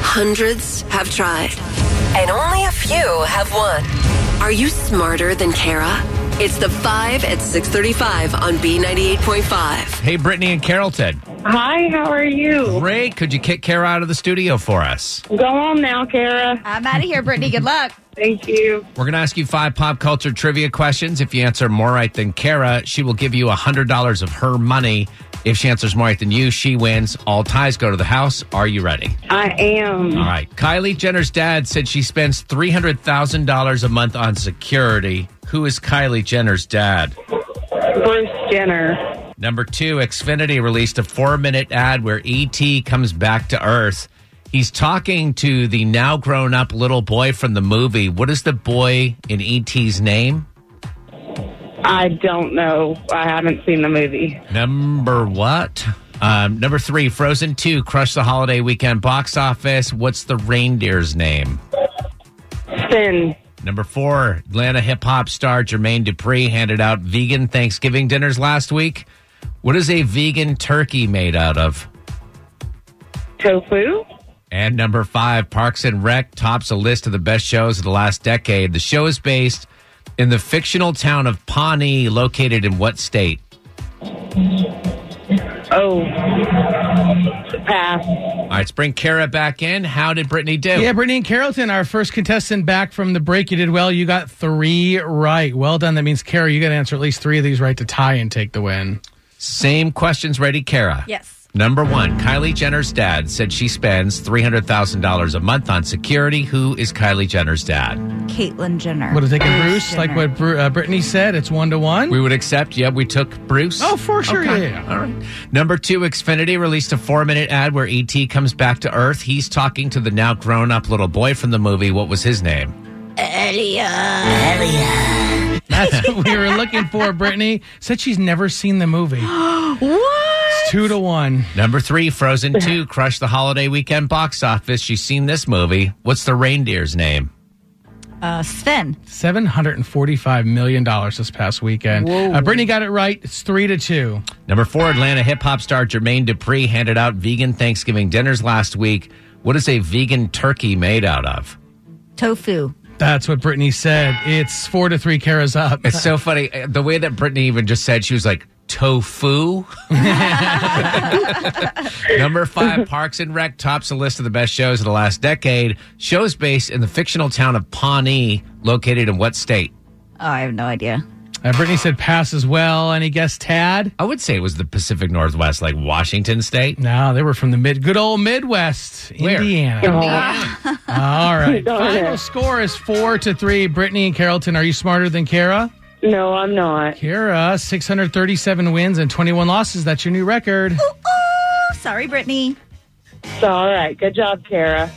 Hundreds have tried. And only a few have won. Are you smarter than Kara? It's the 5 at 635 on B98.5. Hey, Brittany and Carrollton. Hi, how are you? Great. Could you kick Kara out of the studio for us? Go on now, Kara. I'm out of here, Brittany. Good luck. Thank you. We're going to ask you five pop culture trivia questions. If you answer more right than Kara, she will give you $100 of her money. If she answers more right than you, she wins. All ties go to the house. Are you ready? I All am. right. Kylie Jenner's dad said she spends $300,000 a month on security. Who is Kylie Jenner's dad? Bruce Jenner. Number two, Xfinity released a four minute ad where E.T. comes back to Earth. He's talking to the now grown up little boy from the movie. What is the boy in E.T.'s name? I don't know. I haven't seen the movie. Number what? Um, number three, Frozen 2 crushed the holiday weekend box office. What's the reindeer's name? Finn. Number four, Atlanta hip hop star Jermaine Dupri handed out vegan Thanksgiving dinners last week. What is a vegan turkey made out of? Tofu? And number five, Parks and Rec tops a list of the best shows of the last decade. The show is based in the fictional town of Pawnee, located in what state? Oh. Pass. All right, let's bring Kara back in. How did Brittany do? Yeah, Brittany and Carrollton, our first contestant back from the break. You did well. You got three right. Well done. That means, Kara, you got to answer at least three of these right to tie and take the win. Same questions ready, Kara. Yes. Number one, Kylie Jenner's dad said she spends $300,000 a month on security. Who is Kylie Jenner's dad? Caitlyn Jenner. Would have taken Bruce, like what Bru- uh, Brittany said. It's one to one. We would accept. Yeah, we took Bruce. Oh, for sure. Okay. Yeah, yeah. All right. Number two, Xfinity released a four minute ad where E.T. comes back to Earth. He's talking to the now grown up little boy from the movie. What was his name? That's what we were looking for. Brittany said she's never seen the movie. It's What? two to one. Number three, Frozen 2 crushed the holiday weekend box office. She's seen this movie. What's the reindeer's name? Uh, Sven. Seven hundred and forty-five million dollars this past weekend. Uh, Brittany got it right. It's three to two. Number four, Atlanta hip hop star Jermaine Dupri handed out vegan Thanksgiving dinners last week. What is a vegan turkey made out of? Tofu. Oh, That's what Brittany said. It's four to three. Kara's up. It's so funny. uh, The way that Brittany even just said, she was like, tofu. Number five, Parks and Rec tops the list of the best shows of the last decade. Shows based in the fictional town of Pawnee, located in what state? Oh, I have no idea. Uh, Brittany said pass as well. Any guess, Tad? I would say it was the Pacific Northwest, like Washington State. No, they were from the mid, good old Midwest, Where? Indiana. All right. Darn it. Final score is four to three. Brittany and Carrollton, are you smarter than Kara? No, I'm not. Kara, 637 wins and 21 losses. That's your new record. Oh, sorry, Brittany. It's all right. Good job, Kara.